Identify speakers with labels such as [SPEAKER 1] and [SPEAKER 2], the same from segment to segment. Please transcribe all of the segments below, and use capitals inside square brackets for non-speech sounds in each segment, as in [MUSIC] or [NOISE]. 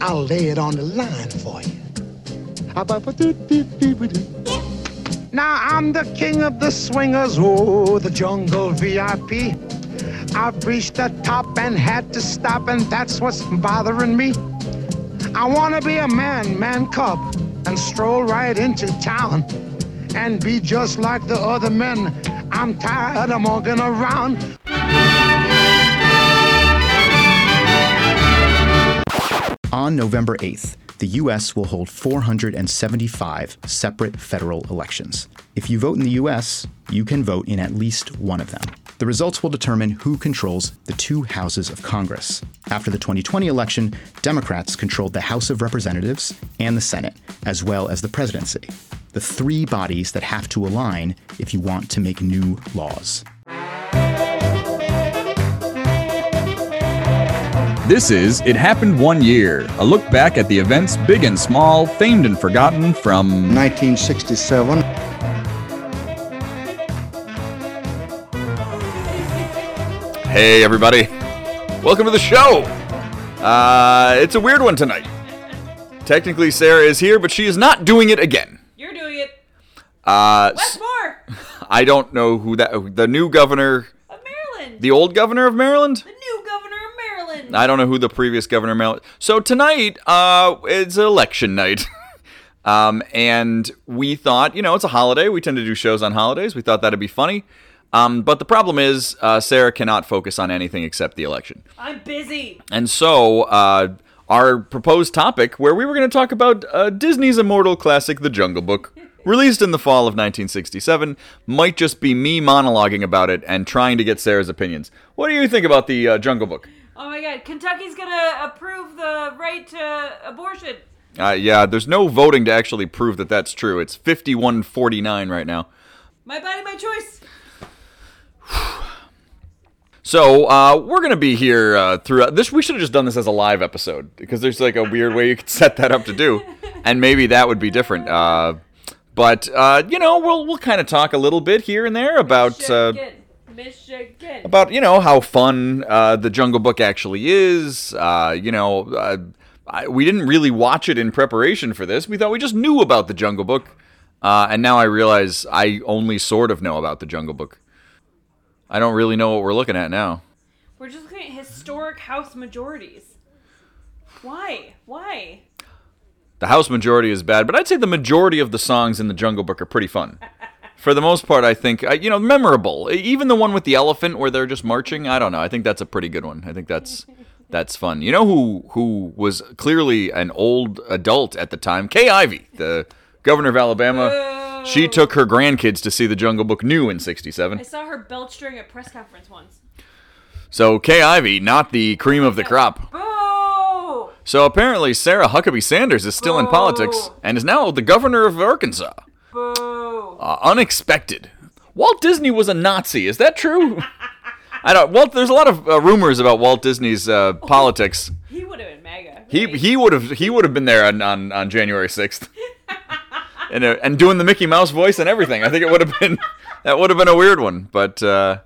[SPEAKER 1] I'll lay it on the line for you. Now I'm the king of the swingers, oh, the jungle VIP. I've reached the top and had to stop, and that's what's bothering me. I wanna be a man, man cub, and stroll right into town and be just like the other men. I'm tired of walking around.
[SPEAKER 2] On November 8th, the US will hold 475 separate federal elections. If you vote in the US, you can vote in at least one of them. The results will determine who controls the two houses of Congress. After the 2020 election, Democrats controlled the House of Representatives and the Senate, as well as the presidency. The three bodies that have to align if you want to make new laws.
[SPEAKER 3] This is It Happened One Year, a look back at the events big and small, famed and forgotten from
[SPEAKER 4] 1967.
[SPEAKER 3] Hey, everybody. Welcome to the show. Uh, it's a weird one tonight. Technically, Sarah is here, but she is not doing it again.
[SPEAKER 5] You're doing it.
[SPEAKER 3] Uh,
[SPEAKER 5] What's more?
[SPEAKER 3] I don't know who that. The new governor,
[SPEAKER 5] Of Maryland.
[SPEAKER 3] the old governor of Maryland.
[SPEAKER 5] The new governor of Maryland.
[SPEAKER 3] I don't know who the previous governor of Maryland. So tonight, uh, it's election night. [LAUGHS] um, and we thought, you know, it's a holiday. We tend to do shows on holidays. We thought that'd be funny. Um, but the problem is, uh, Sarah cannot focus on anything except the election.
[SPEAKER 5] I'm busy.
[SPEAKER 3] And so, uh, our proposed topic, where we were going to talk about uh, Disney's immortal classic, The Jungle Book, released in the fall of 1967, might just be me monologuing about it and trying to get Sarah's opinions. What do you think about The uh, Jungle Book?
[SPEAKER 5] Oh my god, Kentucky's gonna approve the right to abortion.
[SPEAKER 3] Uh, yeah, there's no voting to actually prove that that's true. It's 51-49 right now.
[SPEAKER 5] My body, my choice.
[SPEAKER 3] So uh, we're gonna be here uh, throughout. This we should have just done this as a live episode because there's like a weird way you could [LAUGHS] set that up to do, and maybe that would be different. Uh, but uh, you know, we'll we'll kind of talk a little bit here and there about. Uh,
[SPEAKER 5] Michigan. Michigan.
[SPEAKER 3] about you know how fun uh, the Jungle Book actually is. Uh, you know, uh, I, we didn't really watch it in preparation for this. We thought we just knew about the Jungle Book, uh, and now I realize I only sort of know about the Jungle Book. I don't really know what we're looking at now.
[SPEAKER 5] We're just looking at historic House majorities. Why? Why?
[SPEAKER 3] The House majority is bad, but I'd say the majority of the songs in the Jungle Book are pretty fun. For the most part, I think uh, you know memorable. E- Even the one with the elephant where they're just marching. I don't know. I think that's a pretty good one. I think that's that's fun. You know who who was clearly an old adult at the time? Kay Ivey, the governor of Alabama. She took her grandkids to see the Jungle Book new in
[SPEAKER 5] I
[SPEAKER 3] '67.
[SPEAKER 5] saw her belch during a press conference once.
[SPEAKER 3] So Kay Ivey, not the cream of the crop.
[SPEAKER 5] Boo!
[SPEAKER 3] So apparently, Sarah Huckabee Sanders is still in politics and is now the governor of Arkansas.
[SPEAKER 5] Boo!
[SPEAKER 3] Uh, unexpected. Walt Disney was a Nazi. Is that true? I don't. Walt, there's a lot of uh, rumors about Walt Disney's uh, politics.
[SPEAKER 5] He would have been MAGA.
[SPEAKER 3] He
[SPEAKER 5] right?
[SPEAKER 3] he would have he would have been there on, on, on January 6th, and uh, and doing the Mickey Mouse voice and everything. I think it would have been that would have been a weird one, but uh,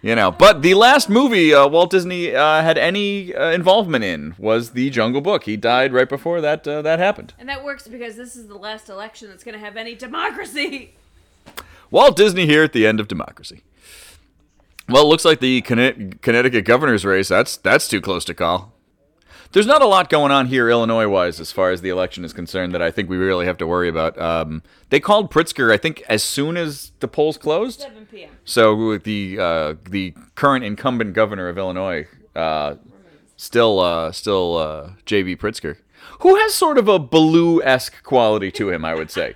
[SPEAKER 3] you know. But the last movie uh, Walt Disney uh, had any uh, involvement in was the Jungle Book. He died right before that uh, that happened.
[SPEAKER 5] and that works because this is the last election that's gonna have any democracy. [LAUGHS]
[SPEAKER 3] Walt Disney here at the end of democracy. Well, it looks like the Conne- Connecticut governor's race. That's that's too close to call. There's not a lot going on here Illinois-wise as far as the election is concerned that I think we really have to worry about. Um, they called Pritzker, I think, as soon as the polls closed.
[SPEAKER 5] 7 p.m.
[SPEAKER 3] So the uh, the current incumbent governor of Illinois, uh, still uh, still uh, J.B. Pritzker, who has sort of a Baloo-esque quality to him, I would say.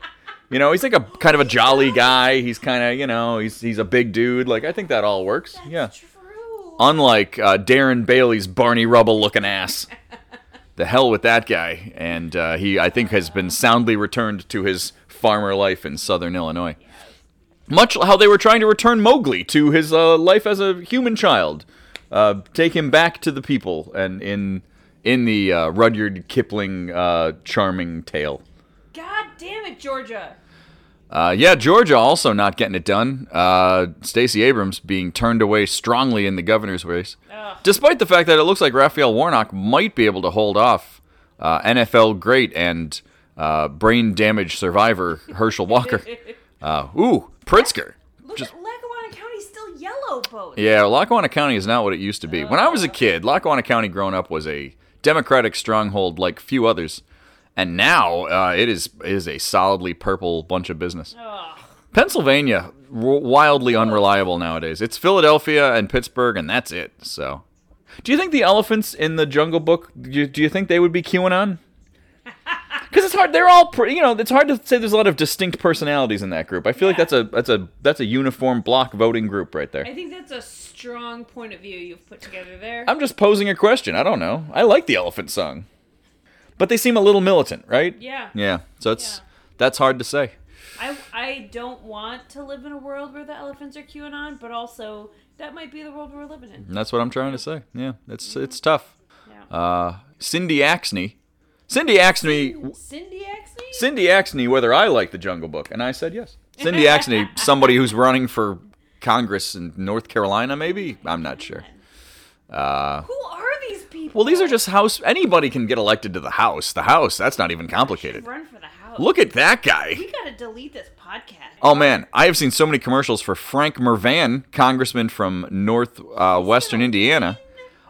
[SPEAKER 3] You know, he's like a kind of a jolly guy. He's kind of you know he's he's a big dude. Like I think that all works. yeah.
[SPEAKER 5] True.
[SPEAKER 3] Unlike uh, Darren Bailey's Barney Rubble looking ass. The hell with that guy, and uh, he I think has been soundly returned to his farmer life in Southern Illinois much how they were trying to return Mowgli to his uh, life as a human child, uh, take him back to the people, and in in the uh, Rudyard Kipling uh, charming tale.
[SPEAKER 5] God damn it, Georgia.
[SPEAKER 3] Uh, yeah, Georgia also not getting it done. Uh, Stacey Abrams being turned away strongly in the governor's race, despite the fact that it looks like Raphael Warnock might be able to hold off uh, NFL great and uh, brain damage survivor Herschel Walker. Uh, ooh, Pritzker.
[SPEAKER 5] [LAUGHS] Look at Lackawanna County's still yellow boat.
[SPEAKER 3] Yeah, Lackawanna County is not what it used to be. When I was a kid, Lackawanna County grown up was a Democratic stronghold like few others, and now uh, it is it is a solidly purple bunch of business. Pennsylvania w- wildly unreliable nowadays. It's Philadelphia and Pittsburgh, and that's it. So, do you think the elephants in the Jungle Book? Do you, do you think they would be QAnon? Because it's hard. They're all pretty. You know, it's hard to say. There's a lot of distinct personalities in that group. I feel like
[SPEAKER 5] Yeah.
[SPEAKER 3] that's a that's a that's a uniform block voting group right there.
[SPEAKER 5] I think that's a strong point of view you've put together there.
[SPEAKER 3] I'm just posing a question. I don't know. I like the elephant song. But they seem a little militant, right?
[SPEAKER 5] Yeah.
[SPEAKER 3] Yeah. So it's
[SPEAKER 5] Yeah.
[SPEAKER 3] that's hard to say.
[SPEAKER 5] I, I don't want to live in a world where the elephants are QAnon, but also that might be the world we're living in.
[SPEAKER 3] And that's what I'm trying to say. Yeah. It's it's tough.
[SPEAKER 5] Yeah.
[SPEAKER 3] Uh Cindy Axney. Cindy Axney
[SPEAKER 5] Cindy Axie?
[SPEAKER 3] Cindy Axney whether I like the Jungle Book and I said yes. Cindy
[SPEAKER 5] [LAUGHS]
[SPEAKER 3] Axney, somebody who's running for Congress in North Carolina maybe? I'm not sure. Uh,
[SPEAKER 5] Who are these people?
[SPEAKER 3] Well, these are just house anybody can get elected to the house. The house, that's not even complicated.
[SPEAKER 5] Run for the house.
[SPEAKER 3] Look at that guy.
[SPEAKER 5] We gotta delete this podcast.
[SPEAKER 3] Oh man, I have seen so many commercials for Frank Mervan, congressman from northwestern uh, western Indiana.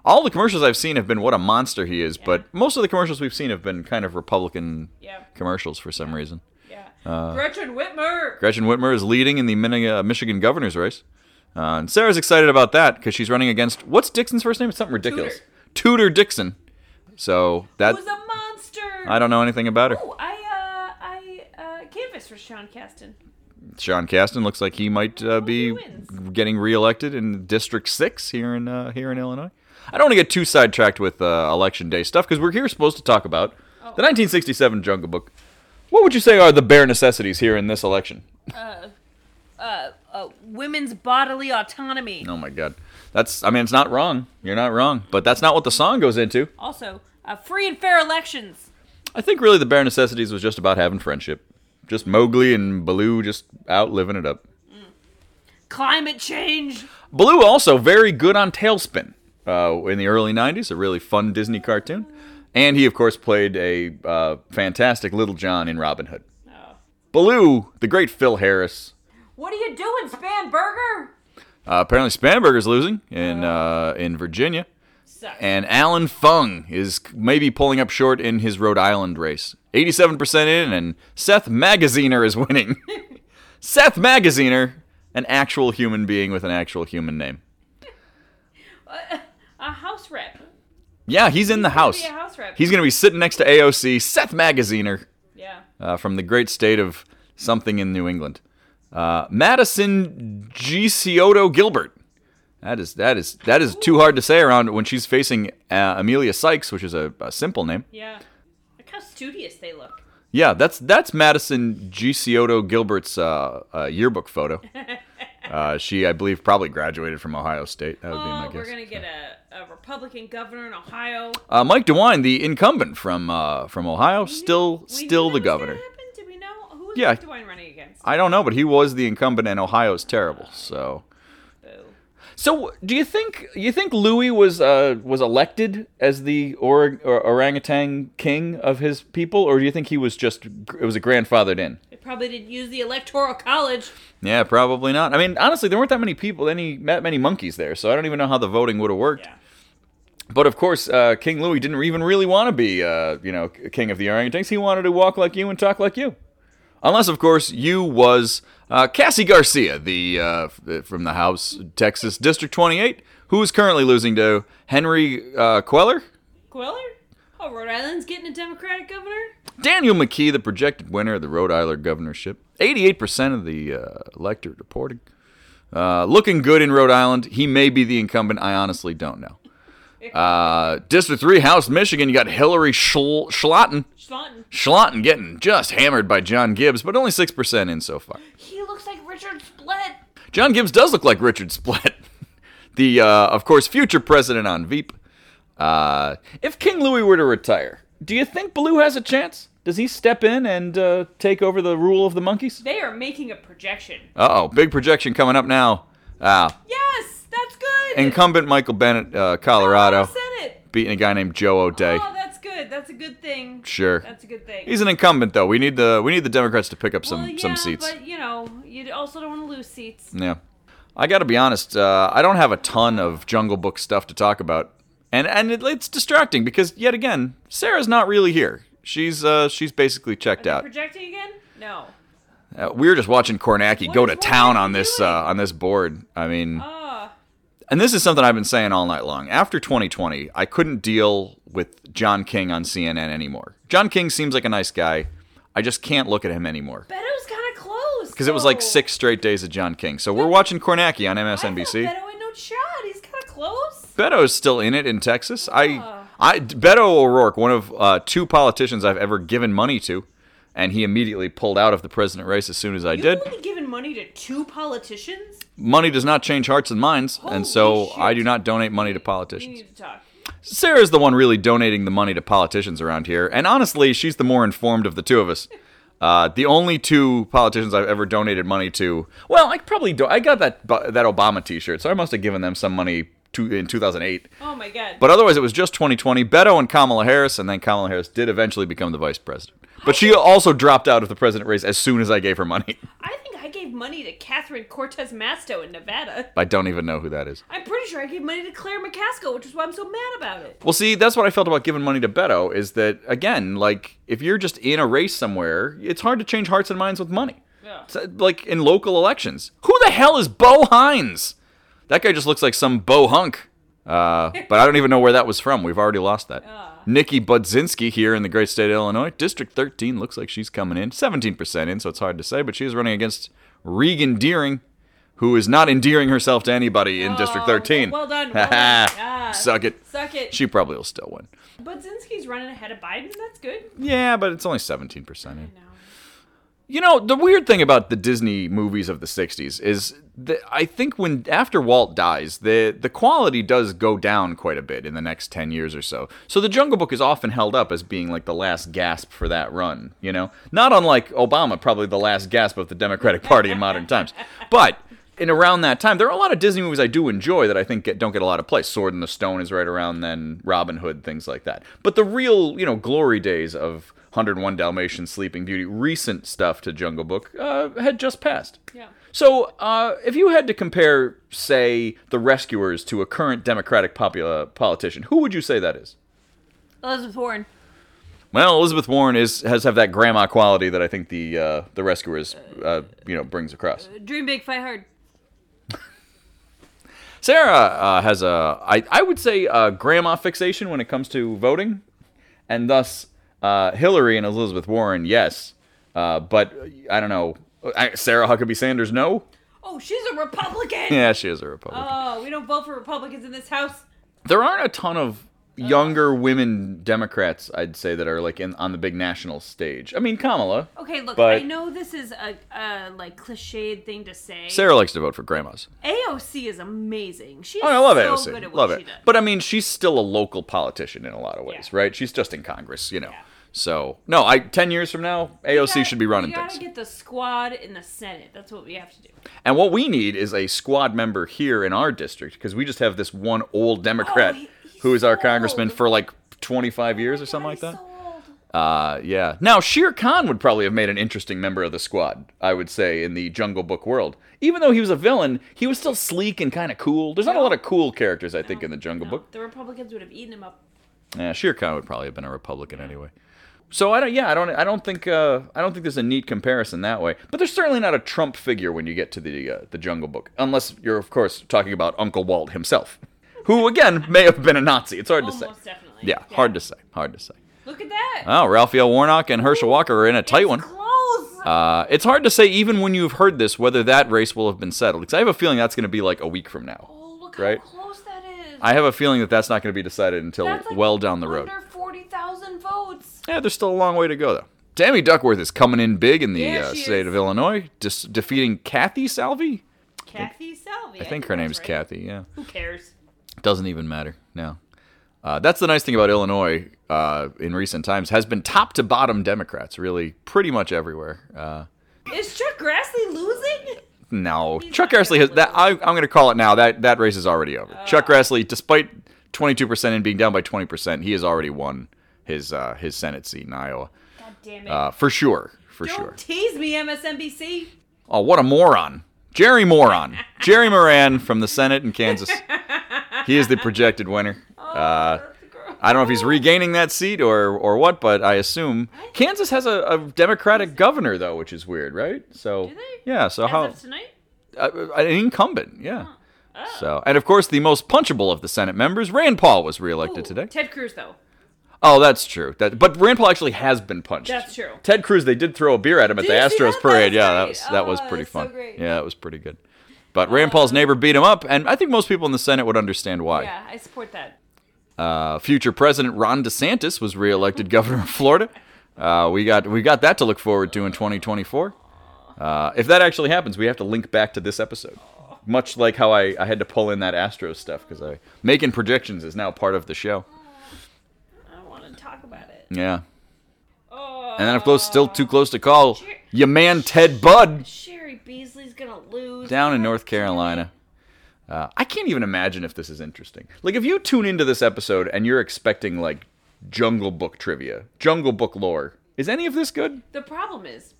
[SPEAKER 3] All the commercials I've seen have been what a monster he is, but most of the commercials we've seen have been kind of Republican
[SPEAKER 5] Yeah.
[SPEAKER 3] commercials for some reason.
[SPEAKER 5] Yeah.
[SPEAKER 3] Uh,
[SPEAKER 5] Gretchen Whitmer.
[SPEAKER 3] Gretchen Whitmer is leading in the Min- uh, Michigan governor's race. Uh, and Sarah's excited about that because she's running against what's Dixon's first name? It's something ridiculous. Tudor, Dixon. So that
[SPEAKER 5] Who's a monster.
[SPEAKER 3] I don't know anything about her.
[SPEAKER 5] Oh, I uh, I uh, canvassed for Sean Caston.
[SPEAKER 3] Sean Caston looks like he might uh, be
[SPEAKER 5] he wins.
[SPEAKER 3] getting reelected in District Six here in uh, here in Illinois. I don't want to get too sidetracked with uh, election day stuff because we're here supposed to talk about the 1967 Jungle Book. What would you say are the bare necessities here in this election?
[SPEAKER 5] Uh, women's bodily autonomy.
[SPEAKER 3] Oh my God, that's I mean it's not wrong. You're not wrong, but that's not what the song goes into.
[SPEAKER 5] Also, uh, free and fair elections.
[SPEAKER 3] I think really the bare necessities was just about having friendship, just Mowgli and Baloo just out living it up.
[SPEAKER 5] Climate change.
[SPEAKER 3] Blue also very good on Tailspin uh, in the early '90s, a really fun Disney cartoon, and he of course played a uh, fantastic Little John in Robin Hood. Baloo, the great Phil Harris.
[SPEAKER 5] Oh. What are you doing, Spanberger?
[SPEAKER 3] Uh, apparently, Spanberger's losing in uh, in Virginia,
[SPEAKER 5] Sucks.
[SPEAKER 3] and Alan Fung is maybe pulling up short in his Rhode Island race. 87% in, and Seth Magaziner is [LAUGHS] winning. Seth Magaziner, an actual human being with an actual human name.
[SPEAKER 5] a house rep.
[SPEAKER 3] Yeah, he's in the
[SPEAKER 5] gonna be
[SPEAKER 3] house.
[SPEAKER 5] a house rep.
[SPEAKER 3] He's gonna be sitting next to AOC, Seth Magaziner,
[SPEAKER 5] Yeah.
[SPEAKER 3] uh, from the great state of something in New England. Uh, Madison Gisioto Gilbert. That is that is that is too hard to say around when she's facing uh, Amelia Sykes, which is a, a simple name.
[SPEAKER 5] Yeah. Look how studious they look.
[SPEAKER 3] Yeah, that's that's Madison Gisioto Gilbert's uh, uh, yearbook photo.
[SPEAKER 5] [LAUGHS]
[SPEAKER 3] Uh, she, I believe, probably graduated from Ohio State. That would be my
[SPEAKER 5] Oh,
[SPEAKER 3] guess.
[SPEAKER 5] we're gonna get a, a Republican governor in Ohio.
[SPEAKER 3] Uh, Mike DeWine, the incumbent from uh, from Ohio, still
[SPEAKER 5] We knew
[SPEAKER 3] still the
[SPEAKER 5] that was gonna
[SPEAKER 3] governor.
[SPEAKER 5] happen. Did we know who was
[SPEAKER 3] Yeah.
[SPEAKER 5] Mike DeWine running against?
[SPEAKER 3] I don't know, but he was the incumbent, and Ohio's terrible. So,
[SPEAKER 5] Boo.
[SPEAKER 3] so do you think you think Louis was uh, was elected as the or- or- orangutan king of his people, or do you think he was just it was a grandfathered in?
[SPEAKER 5] They probably didn't use the electoral college.
[SPEAKER 3] Yeah, probably not. I mean, honestly, there weren't that many people, any that many monkeys there, so I don't even know how the voting would have worked.
[SPEAKER 5] Yeah.
[SPEAKER 3] But of course, uh, King Louis didn't even really want to be, uh, you know, king of the orangutans. He wanted to walk like you and talk like you, unless, of course, you was uh, Cassie Garcia, the uh, f- from the House Texas District 28, who is currently losing to Henry uh, Queller.
[SPEAKER 5] Quiller? Oh, Rhode Island's getting a Democratic governor?
[SPEAKER 3] Daniel McKee, the projected winner of the Rhode Island governorship, 88% of the uh, electorate reporting. Uh, looking good in Rhode Island. He may be the incumbent. I honestly don't know. Uh, District 3, House, Michigan, you got Hillary Schl- Schlatten.
[SPEAKER 5] Schlotten.
[SPEAKER 3] Schlatten getting just hammered by John Gibbs, but only 6% in so far.
[SPEAKER 5] He looks like Richard Splett.
[SPEAKER 3] John Gibbs does look like Richard Splett, [LAUGHS] the, uh, of course, future president on Veep. Uh, if King Louis were to retire, do you think Blue has a chance? Does he step in and uh, take over the rule of the monkeys?
[SPEAKER 5] They are making a projection.
[SPEAKER 3] Uh oh, big projection coming up now. Uh,
[SPEAKER 5] Yes, that's good.
[SPEAKER 3] incumbent Michael Bennett, uh,
[SPEAKER 5] Oh,
[SPEAKER 3] Colorado,
[SPEAKER 5] I said it.
[SPEAKER 3] beating a guy named Joe O'Day.
[SPEAKER 5] Oh, that's good. good. That's a good thing.
[SPEAKER 3] Sure.
[SPEAKER 5] That's a good thing.
[SPEAKER 3] He's an incumbent, though. We need the we need the Democrats to pick up some
[SPEAKER 5] well, yeah,
[SPEAKER 3] some seats.
[SPEAKER 5] But you know, you also don't want to lose seats.
[SPEAKER 3] Yeah, I got to be honest. Uh, I don't have a ton of Jungle Book stuff to talk about, and and it, it's distracting because yet again, Sarah's not really here. She's uh, she's basically checked out.
[SPEAKER 5] Projecting again? No.
[SPEAKER 3] Uh, we were just watching Kornacki
[SPEAKER 5] What
[SPEAKER 3] go
[SPEAKER 5] is
[SPEAKER 3] to
[SPEAKER 5] Kornacki
[SPEAKER 3] town on this
[SPEAKER 5] doing?
[SPEAKER 3] uh, on this board. I mean,
[SPEAKER 5] Oh,
[SPEAKER 3] and this is something I've been saying all night long. After 2020, I couldn't deal with John King on CNN anymore. John King seems like a nice guy. I just can't look at him anymore
[SPEAKER 5] Beto's kind of close.
[SPEAKER 3] because it was like
[SPEAKER 5] though.
[SPEAKER 3] six straight days of John King. So we're watching Kornacki on
[SPEAKER 5] Oh. I thought
[SPEAKER 3] MSNBC.
[SPEAKER 5] Beto had no shot. He's kind of close.
[SPEAKER 3] Beto's still in it in Texas. I,
[SPEAKER 5] Yeah.
[SPEAKER 3] I Beto O'Rourke, one of uh, two politicians I've ever given money to, and he immediately pulled out of the president race as soon as I
[SPEAKER 5] You've
[SPEAKER 3] did.
[SPEAKER 5] only given money to two politicians.
[SPEAKER 3] Money does not change hearts and minds, and so
[SPEAKER 5] Holy shit.
[SPEAKER 3] I do not donate money to
[SPEAKER 5] We
[SPEAKER 3] politicians.
[SPEAKER 5] need to talk.
[SPEAKER 3] Sarah's the one really donating the money to politicians around here, and honestly, she's the more informed of the two of
[SPEAKER 5] [LAUGHS]
[SPEAKER 3] us. Uh, the only two politicians I've ever donated money to. Well, I probably do. I got that bu- that Obama T-shirt, so I must have given them some money to, in 2008.
[SPEAKER 5] Oh my god.
[SPEAKER 3] But otherwise, it was just 2020. Beto and Kamala Harris, and then Kamala Harris did eventually become the vice president. But she also dropped out of the president race as soon as I gave her money. [LAUGHS]
[SPEAKER 5] I think I gave money to Catherine Cortez Masto in Nevada.
[SPEAKER 3] I don't even know who that is.
[SPEAKER 5] I'm pretty sure I gave money to Claire McCaskill, which is why I'm so mad about it.
[SPEAKER 3] Well, see, that's what I felt about giving money to Beto is that, again, like, if you're just in a race somewhere, it's hard to change hearts and minds with money.
[SPEAKER 5] Yeah.
[SPEAKER 3] It's, uh, like in local elections. Who the hell is Bo Hines? That guy just looks like some Bo hunk. Uh,
[SPEAKER 5] [LAUGHS]
[SPEAKER 3] but I don't even know where that was from. We've already lost that. Nikki Budzinski here in the great state of Illinois. District 13 looks like she's coming in. 17% in, so it's hard to say, but she's running against Regan Deering, who is not endearing herself to anybody in District
[SPEAKER 5] Oh,
[SPEAKER 3] 13.
[SPEAKER 5] well done,
[SPEAKER 3] [LAUGHS]
[SPEAKER 5] well done. Yeah.
[SPEAKER 3] Suck it.
[SPEAKER 5] Suck it.
[SPEAKER 3] She probably will still win.
[SPEAKER 5] Budzinski's running ahead of Biden. That's good.
[SPEAKER 3] Yeah, but it's only 17% in.
[SPEAKER 5] No.
[SPEAKER 3] You know, the weird thing about the Disney movies of the 60s is that I think when after Walt dies, the the quality does go down quite a bit in the next 10 years or so. So the Jungle Book is often held up as being like the last gasp for that run, you know? Not unlike Obama, probably the last gasp of the Democratic Party in modern times. But in around that time, there are a lot of Disney movies I do enjoy that I think get, don't get a lot of play. Sword in the Stone is right around then, Robin Hood, things like that. But the real, you know, glory days of 101 Dalmatians, Sleeping Beauty, recent stuff to Jungle Book uh, had just passed.
[SPEAKER 5] Yeah.
[SPEAKER 3] So, uh, if you had to compare, say, The Rescuers to a current Democratic popular politician, who would you say that is?
[SPEAKER 5] Elizabeth Warren.
[SPEAKER 3] Well, Elizabeth Warren is has have that grandma quality that I think the uh, the Rescuers, uh, you know, brings across.
[SPEAKER 5] Dream big, fight hard.
[SPEAKER 3] Sarah uh, has a, I, I would say, a grandma fixation when it comes to voting, and thus uh, Hillary and Elizabeth Warren, yes, uh, but I don't know. I, Sarah Huckabee Sanders, no.
[SPEAKER 5] Oh, she's a Republican.
[SPEAKER 3] Yeah, she is a Republican.
[SPEAKER 5] Oh, we don't vote for Republicans in this house.
[SPEAKER 3] there aren't a ton of younger women Democrats, I'd say, that are like in, on the big national stage. I mean, Kamala.
[SPEAKER 5] Okay, look,
[SPEAKER 3] But-
[SPEAKER 5] I know this is a, a like cliched thing to say.
[SPEAKER 3] Sarah likes to vote for grandmas.
[SPEAKER 5] AOC is amazing. She's
[SPEAKER 3] Oh, I love
[SPEAKER 5] so
[SPEAKER 3] AOC.
[SPEAKER 5] good at what
[SPEAKER 3] love
[SPEAKER 5] she
[SPEAKER 3] it.
[SPEAKER 5] does.
[SPEAKER 3] But I mean, she's still a local politician in a lot of ways,
[SPEAKER 5] Yeah.
[SPEAKER 3] right? She's just in Congress, you know. So no, I ten years from now, AOC should be running
[SPEAKER 5] We gotta
[SPEAKER 3] things.
[SPEAKER 5] get the squad in the Senate. That's what we have to do.
[SPEAKER 3] and what we need is a squad member here in our district because we just have this one old Democrat
[SPEAKER 5] Oh, he- he's
[SPEAKER 3] who is our
[SPEAKER 5] so
[SPEAKER 3] congressman
[SPEAKER 5] old.
[SPEAKER 3] for like twenty five years or something
[SPEAKER 5] God,
[SPEAKER 3] like
[SPEAKER 5] he's
[SPEAKER 3] that.
[SPEAKER 5] so old.
[SPEAKER 3] Uh, yeah. Now, Shere Khan would probably have made an interesting member of the squad, I would say, in the Jungle Book world. Even though he was a villain, he was still sleek and kind of cool. There's not a lot of cool characters, I think, in the Jungle Book.
[SPEAKER 5] The Republicans would have eaten him up.
[SPEAKER 3] Yeah, Shere Khan would probably have been a Republican anyway. So I don't. Yeah, I don't. I don't think. Uh, I don't think there's a neat comparison that way. But there's certainly not a Trump figure when you get to the uh, the Jungle Book, unless you're of course talking about Uncle Walt himself, who again may have been a Nazi. It's hard to say.
[SPEAKER 5] Almost definitely.
[SPEAKER 3] Yeah, hard to say. Hard to say.
[SPEAKER 5] Look at that.
[SPEAKER 3] Oh, Raphael Warnock and Herschel Walker are in a tight
[SPEAKER 5] It's
[SPEAKER 3] one.
[SPEAKER 5] Close.
[SPEAKER 3] Uh, it's hard to say even when you've heard this whether that race will have been settled because I have a feeling that's going to be like a week from now.
[SPEAKER 5] oh, look
[SPEAKER 3] right.
[SPEAKER 5] how close that is.
[SPEAKER 3] I have a feeling that that's not going to be decided until
[SPEAKER 5] That's like
[SPEAKER 3] well down the road.
[SPEAKER 5] Under forty thousand votes.
[SPEAKER 3] Yeah, there's still a long way to go though. Tammy Duckworth is coming in big in the
[SPEAKER 5] Yeah,
[SPEAKER 3] uh,
[SPEAKER 5] she
[SPEAKER 3] state
[SPEAKER 5] is.
[SPEAKER 3] of Illinois, dis- defeating Kathy Salvi.
[SPEAKER 5] Kathy Salvi.
[SPEAKER 3] I think her
[SPEAKER 5] that's
[SPEAKER 3] name's
[SPEAKER 5] right.
[SPEAKER 3] Kathy. Yeah,
[SPEAKER 5] Who cares?
[SPEAKER 3] doesn't even matter now. Uh, that's the nice thing about Illinois uh, in recent times has been top to bottom Democrats really pretty much everywhere. Uh,
[SPEAKER 5] Is Chuck Grassley losing?
[SPEAKER 3] No,
[SPEAKER 5] He's
[SPEAKER 3] Chuck
[SPEAKER 5] not
[SPEAKER 3] Grassley has
[SPEAKER 5] gonna lose.
[SPEAKER 3] that. I, I'm going to call it now. That that
[SPEAKER 5] Oh.
[SPEAKER 3] race is already over. Chuck Grassley, despite 22% and being down by 20%, he has already won his uh, his Senate seat in Iowa,
[SPEAKER 5] God damn it.
[SPEAKER 3] uh, for sure, for
[SPEAKER 5] Don't
[SPEAKER 3] sure.
[SPEAKER 5] tease me, MSNBC.
[SPEAKER 3] Oh, what a moron. Jerry Moron. Jerry Moran from the Senate in Kansas. He is the projected winner. Uh, I don't know if he's regaining that seat or, or what, but I assume Kansas has a, a Democratic governor though, which is weird, right? So
[SPEAKER 5] Do they?
[SPEAKER 3] yeah, so
[SPEAKER 5] As
[SPEAKER 3] how
[SPEAKER 5] of tonight? Oh.
[SPEAKER 3] uh, an incumbent, yeah. So and of course the most punchable of the Senate members, Rand Paul was reelected
[SPEAKER 5] Ooh,
[SPEAKER 3] today.
[SPEAKER 5] Ted Cruz, though.
[SPEAKER 3] Oh, that's true. That but Rand Paul actually has been punched.
[SPEAKER 5] That's true.
[SPEAKER 3] Ted Cruz, they did throw a beer at him at
[SPEAKER 5] Did
[SPEAKER 3] the
[SPEAKER 5] you see
[SPEAKER 3] Astros
[SPEAKER 5] that?
[SPEAKER 3] parade.
[SPEAKER 5] That's
[SPEAKER 3] yeah, that
[SPEAKER 5] great.
[SPEAKER 3] was that was
[SPEAKER 5] Oh,
[SPEAKER 3] pretty
[SPEAKER 5] that's so
[SPEAKER 3] fun.
[SPEAKER 5] great. Oh.
[SPEAKER 3] Yeah, that was pretty good. But Rand Paul's neighbor beat him up, and I think most people in the Senate would understand why.
[SPEAKER 5] Yeah, I support that.
[SPEAKER 3] Uh, future President Ron DeSantis was reelected [LAUGHS] governor of Florida. Uh, we got we got that to look forward to in 2024. Uh, if that actually happens, we have to link back to this episode, much like how I, I had to pull in that Astros stuff because I making projections is now part of the show.
[SPEAKER 5] I don't want to talk about it.
[SPEAKER 3] Yeah,
[SPEAKER 5] Oh,
[SPEAKER 3] and then if close, still too close to call, your man Ted Budd
[SPEAKER 5] Sherry Beasley's going to lose.
[SPEAKER 3] down in North Carolina. Uh, I can't even imagine if this is interesting. Like, if you tune into this episode and you're expecting like Jungle Book trivia, Jungle Book lore, is any of this good?
[SPEAKER 5] The problem is,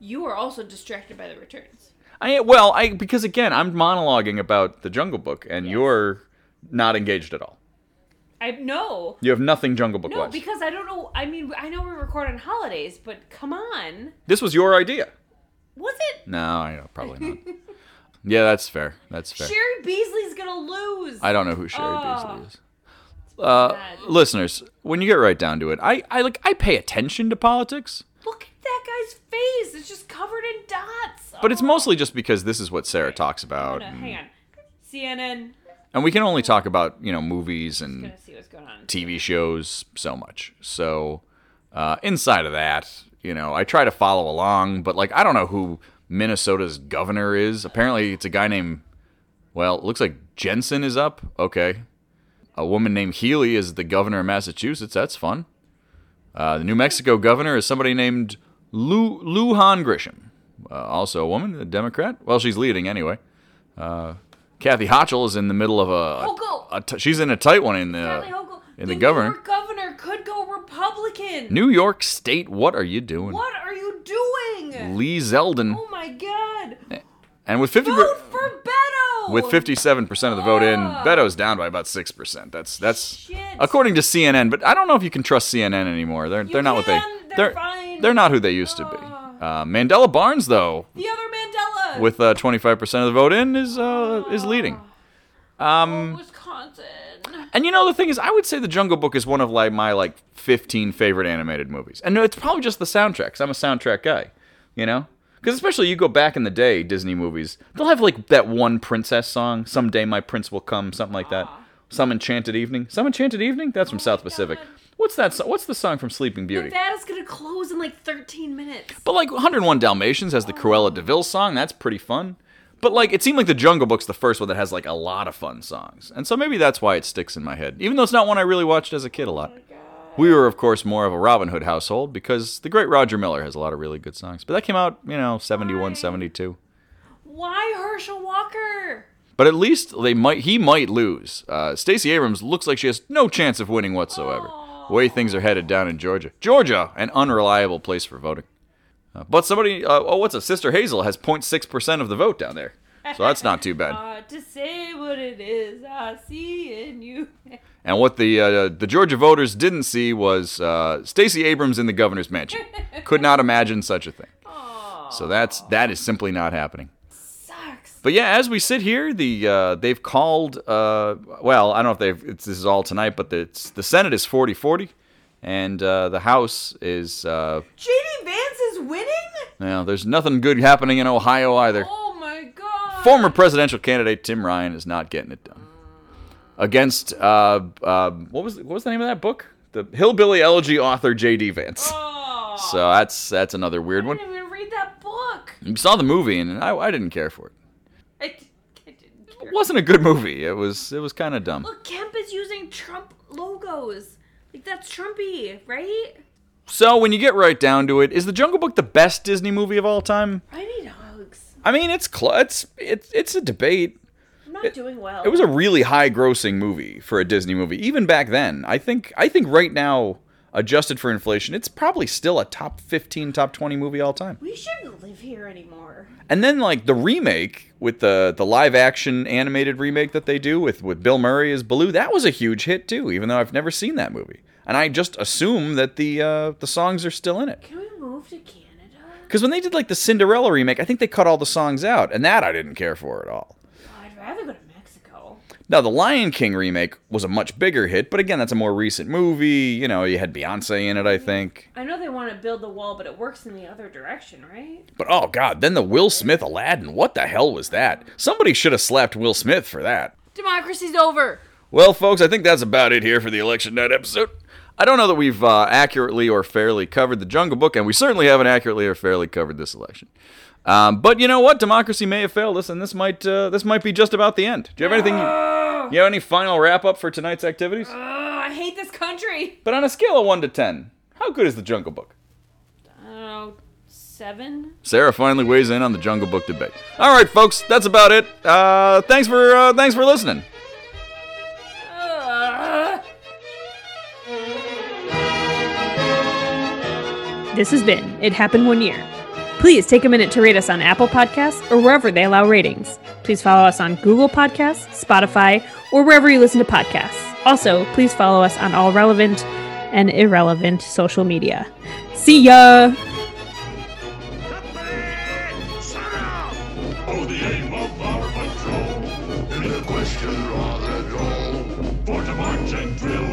[SPEAKER 5] you are also distracted by the returns.
[SPEAKER 3] I well, I because again, I'm monologuing about the Jungle Book, and you're not engaged at all.
[SPEAKER 5] I no,
[SPEAKER 3] You have nothing Jungle Book
[SPEAKER 5] no,
[SPEAKER 3] wise.
[SPEAKER 5] because I don't know. I mean, I know we record on holidays, but come on,
[SPEAKER 3] this was your
[SPEAKER 5] [LAUGHS]
[SPEAKER 3] idea.
[SPEAKER 5] was it?
[SPEAKER 3] No, I know, probably not. yeah, that's fair. That's fair.
[SPEAKER 5] Sherry Beasley's gonna lose.
[SPEAKER 3] I don't know who Sherry
[SPEAKER 5] Oh.
[SPEAKER 3] Beasley is. Uh, listeners, when you get right down to it, I, I like I pay attention to politics,
[SPEAKER 5] Look at that guy's face; it's just covered in dots.
[SPEAKER 3] but it's
[SPEAKER 5] Oh.
[SPEAKER 3] mostly just because this is what Sarah talks
[SPEAKER 5] Oh,
[SPEAKER 3] about,
[SPEAKER 5] no,
[SPEAKER 3] and,
[SPEAKER 5] hang on, CNN.
[SPEAKER 3] and we can only talk about you know movies and
[SPEAKER 5] Gonna see what's going on.
[SPEAKER 3] TV shows so much. So uh, inside of that, you know, I try to follow along, but like I don't know who Minnesota's governor is. Apparently, it's a guy named well, it looks like Jensen is up. Okay, a woman named Healy is the governor of Massachusetts. That's fun. Uh, the New Mexico governor is somebody named Lou Lujan Grisham, uh, also a woman, a Democrat. Well, she's leading anyway. Uh, Kathy Hochul is in the middle of a.
[SPEAKER 5] Hochul!
[SPEAKER 3] a t- she's in a tight one in the
[SPEAKER 5] Natalie Hochul,
[SPEAKER 3] uh, in the governor.
[SPEAKER 5] New York governor could go Republican.
[SPEAKER 3] New York State, what are you doing?
[SPEAKER 5] what are you doing?
[SPEAKER 3] Lee Zeldin,
[SPEAKER 5] oh my God!
[SPEAKER 3] and with 50
[SPEAKER 5] Vote for Beto.
[SPEAKER 3] with 57% of the vote in,
[SPEAKER 5] Ah.
[SPEAKER 3] Beto's down by about 6%. That's that's
[SPEAKER 5] Shit.
[SPEAKER 3] according to CNN, but I don't know if you can trust CNN anymore. They're they're not what they
[SPEAKER 5] can. They're fine. Ah.
[SPEAKER 3] they're not who they used to be. Uh, Mandela Barnes though,
[SPEAKER 5] The other Mandela.
[SPEAKER 3] with uh, 25% of the vote in is uh, is leading.
[SPEAKER 5] From Oh, Wisconsin.
[SPEAKER 3] And you know the thing is, I would say The Jungle Book is one of like my like 15 favorite animated movies, and it's probably just the soundtrack. 'cause I'm a soundtrack guy, you know. Because especially you go back in the day, Disney movies, they'll have like that one princess song. Someday my prince will come, something like that. Some enchanted evening. Some enchanted evening. That's from South Pacific. What's that? So- what's the song from Sleeping Beauty?
[SPEAKER 5] That is gonna close in like 13 minutes.
[SPEAKER 3] But like 101 Dalmatians has the Cruella de Vil song. That's pretty fun. But like it seemed like the Jungle Book's the first one that has like a lot of fun songs, and so maybe that's why it sticks in my head, even though it's not one I really watched as a kid a lot. We were of course more of a Robin Hood household because the great Roger Miller has a lot of really good songs. But that came out you know 71, 72.
[SPEAKER 5] Why Herschel Walker?
[SPEAKER 3] But at least they might he might lose. Uh, Stacey Abrams looks like she has no chance of winning whatsoever. Way things are headed down in Georgia. Georgia, an unreliable place for voting. Uh, but somebody, uh, oh, what's it? Sister Hazel has 0.6% of the vote down there. So that's not too bad.
[SPEAKER 5] [LAUGHS] Hard Uh, to say what it is I see in you.
[SPEAKER 3] And what the uh, the Georgia voters didn't see was uh, Stacey Abrams in the governor's mansion. Could not imagine such a thing. So that's that is simply not happening.
[SPEAKER 5] Sucks.
[SPEAKER 3] But yeah, as we sit here, the uh, they've called. Uh, well, I don't know if they've. It's, this is all tonight, but the, it's, the Senate is 40-40, and uh, the House is. Uh,
[SPEAKER 5] JD Vance is winning?
[SPEAKER 3] well, there's nothing good happening in Ohio either.
[SPEAKER 5] Oh my god.
[SPEAKER 3] Former presidential candidate Tim Ryan is not getting it done. Against uh, uh, what was what was the name of that book? The Hillbilly Elegy author J.D. Vance.
[SPEAKER 5] Oh,
[SPEAKER 3] So that's that's another weird
[SPEAKER 5] I
[SPEAKER 3] one.
[SPEAKER 5] didn't even read that book.
[SPEAKER 3] You saw the movie, and I, I didn't care for it.
[SPEAKER 5] I, d- I didn't care.
[SPEAKER 3] It wasn't a good movie. It was it was kind of dumb.
[SPEAKER 5] Look, Kemp is using Trump logos. Like, that's Trumpy, right?
[SPEAKER 3] So when you get right down to it, is the Jungle Book the best Disney movie of all time?
[SPEAKER 5] I need hugs.
[SPEAKER 3] I mean, it's cl- it's it's it's a debate.
[SPEAKER 5] I'm not doing well.
[SPEAKER 3] It was a really high grossing movie for a Disney movie even back then. I think I think right now adjusted for inflation, it's probably still a top 15, top 20 movie all time.
[SPEAKER 5] We shouldn't live here anymore.
[SPEAKER 3] And then like the remake with the the live action animated remake that they do with with Bill Murray as Baloo, that was a huge hit too. Even though I've never seen that movie, and I just assume that the uh, the songs are still in it.
[SPEAKER 5] Can we move to Canada?
[SPEAKER 3] Because when they did like the Cinderella remake, I think they cut all the songs out, and that I didn't care for at all.
[SPEAKER 5] Oh, I'd rather go to Mexico.
[SPEAKER 3] Now the Lion King remake was a much bigger hit, but again, that's a more recent movie. You know, you had Beyonce in it, I think.
[SPEAKER 5] I know they want to build the wall, but it works in the other direction, right?
[SPEAKER 3] But oh god, then the Will Smith Aladdin. What the hell was that? Somebody should have slapped Will Smith for that.
[SPEAKER 5] Democracy's over.
[SPEAKER 3] Well, folks, I think that's about it here for the election night episode. I don't know that we've uh, accurately or fairly covered the Jungle Book, and we certainly haven't accurately or fairly covered this election. Um, but you know what? Democracy may have failed us, and this might uh, this might be just about the end. Do you have anything? You, you have any final wrap up for tonight's activities?
[SPEAKER 5] Oh, I hate this country.
[SPEAKER 3] But on a scale of one to ten, how good is the Jungle Book?
[SPEAKER 5] I don't know. Seven.
[SPEAKER 3] Sarah finally weighs in on the Jungle Book debate. All right, folks, that's about it. Uh, thanks for uh, thanks for listening.
[SPEAKER 5] Ugh.
[SPEAKER 4] This has been It Happened One Year. Please take a minute to rate us on Apple Podcasts or wherever they allow ratings. Please follow us on Google Podcasts, Spotify, or wherever you listen to podcasts. Also, please follow us on all relevant and irrelevant social media. See ya!
[SPEAKER 6] Oh, the aim of our patrol is a question rather droll. For to march and drill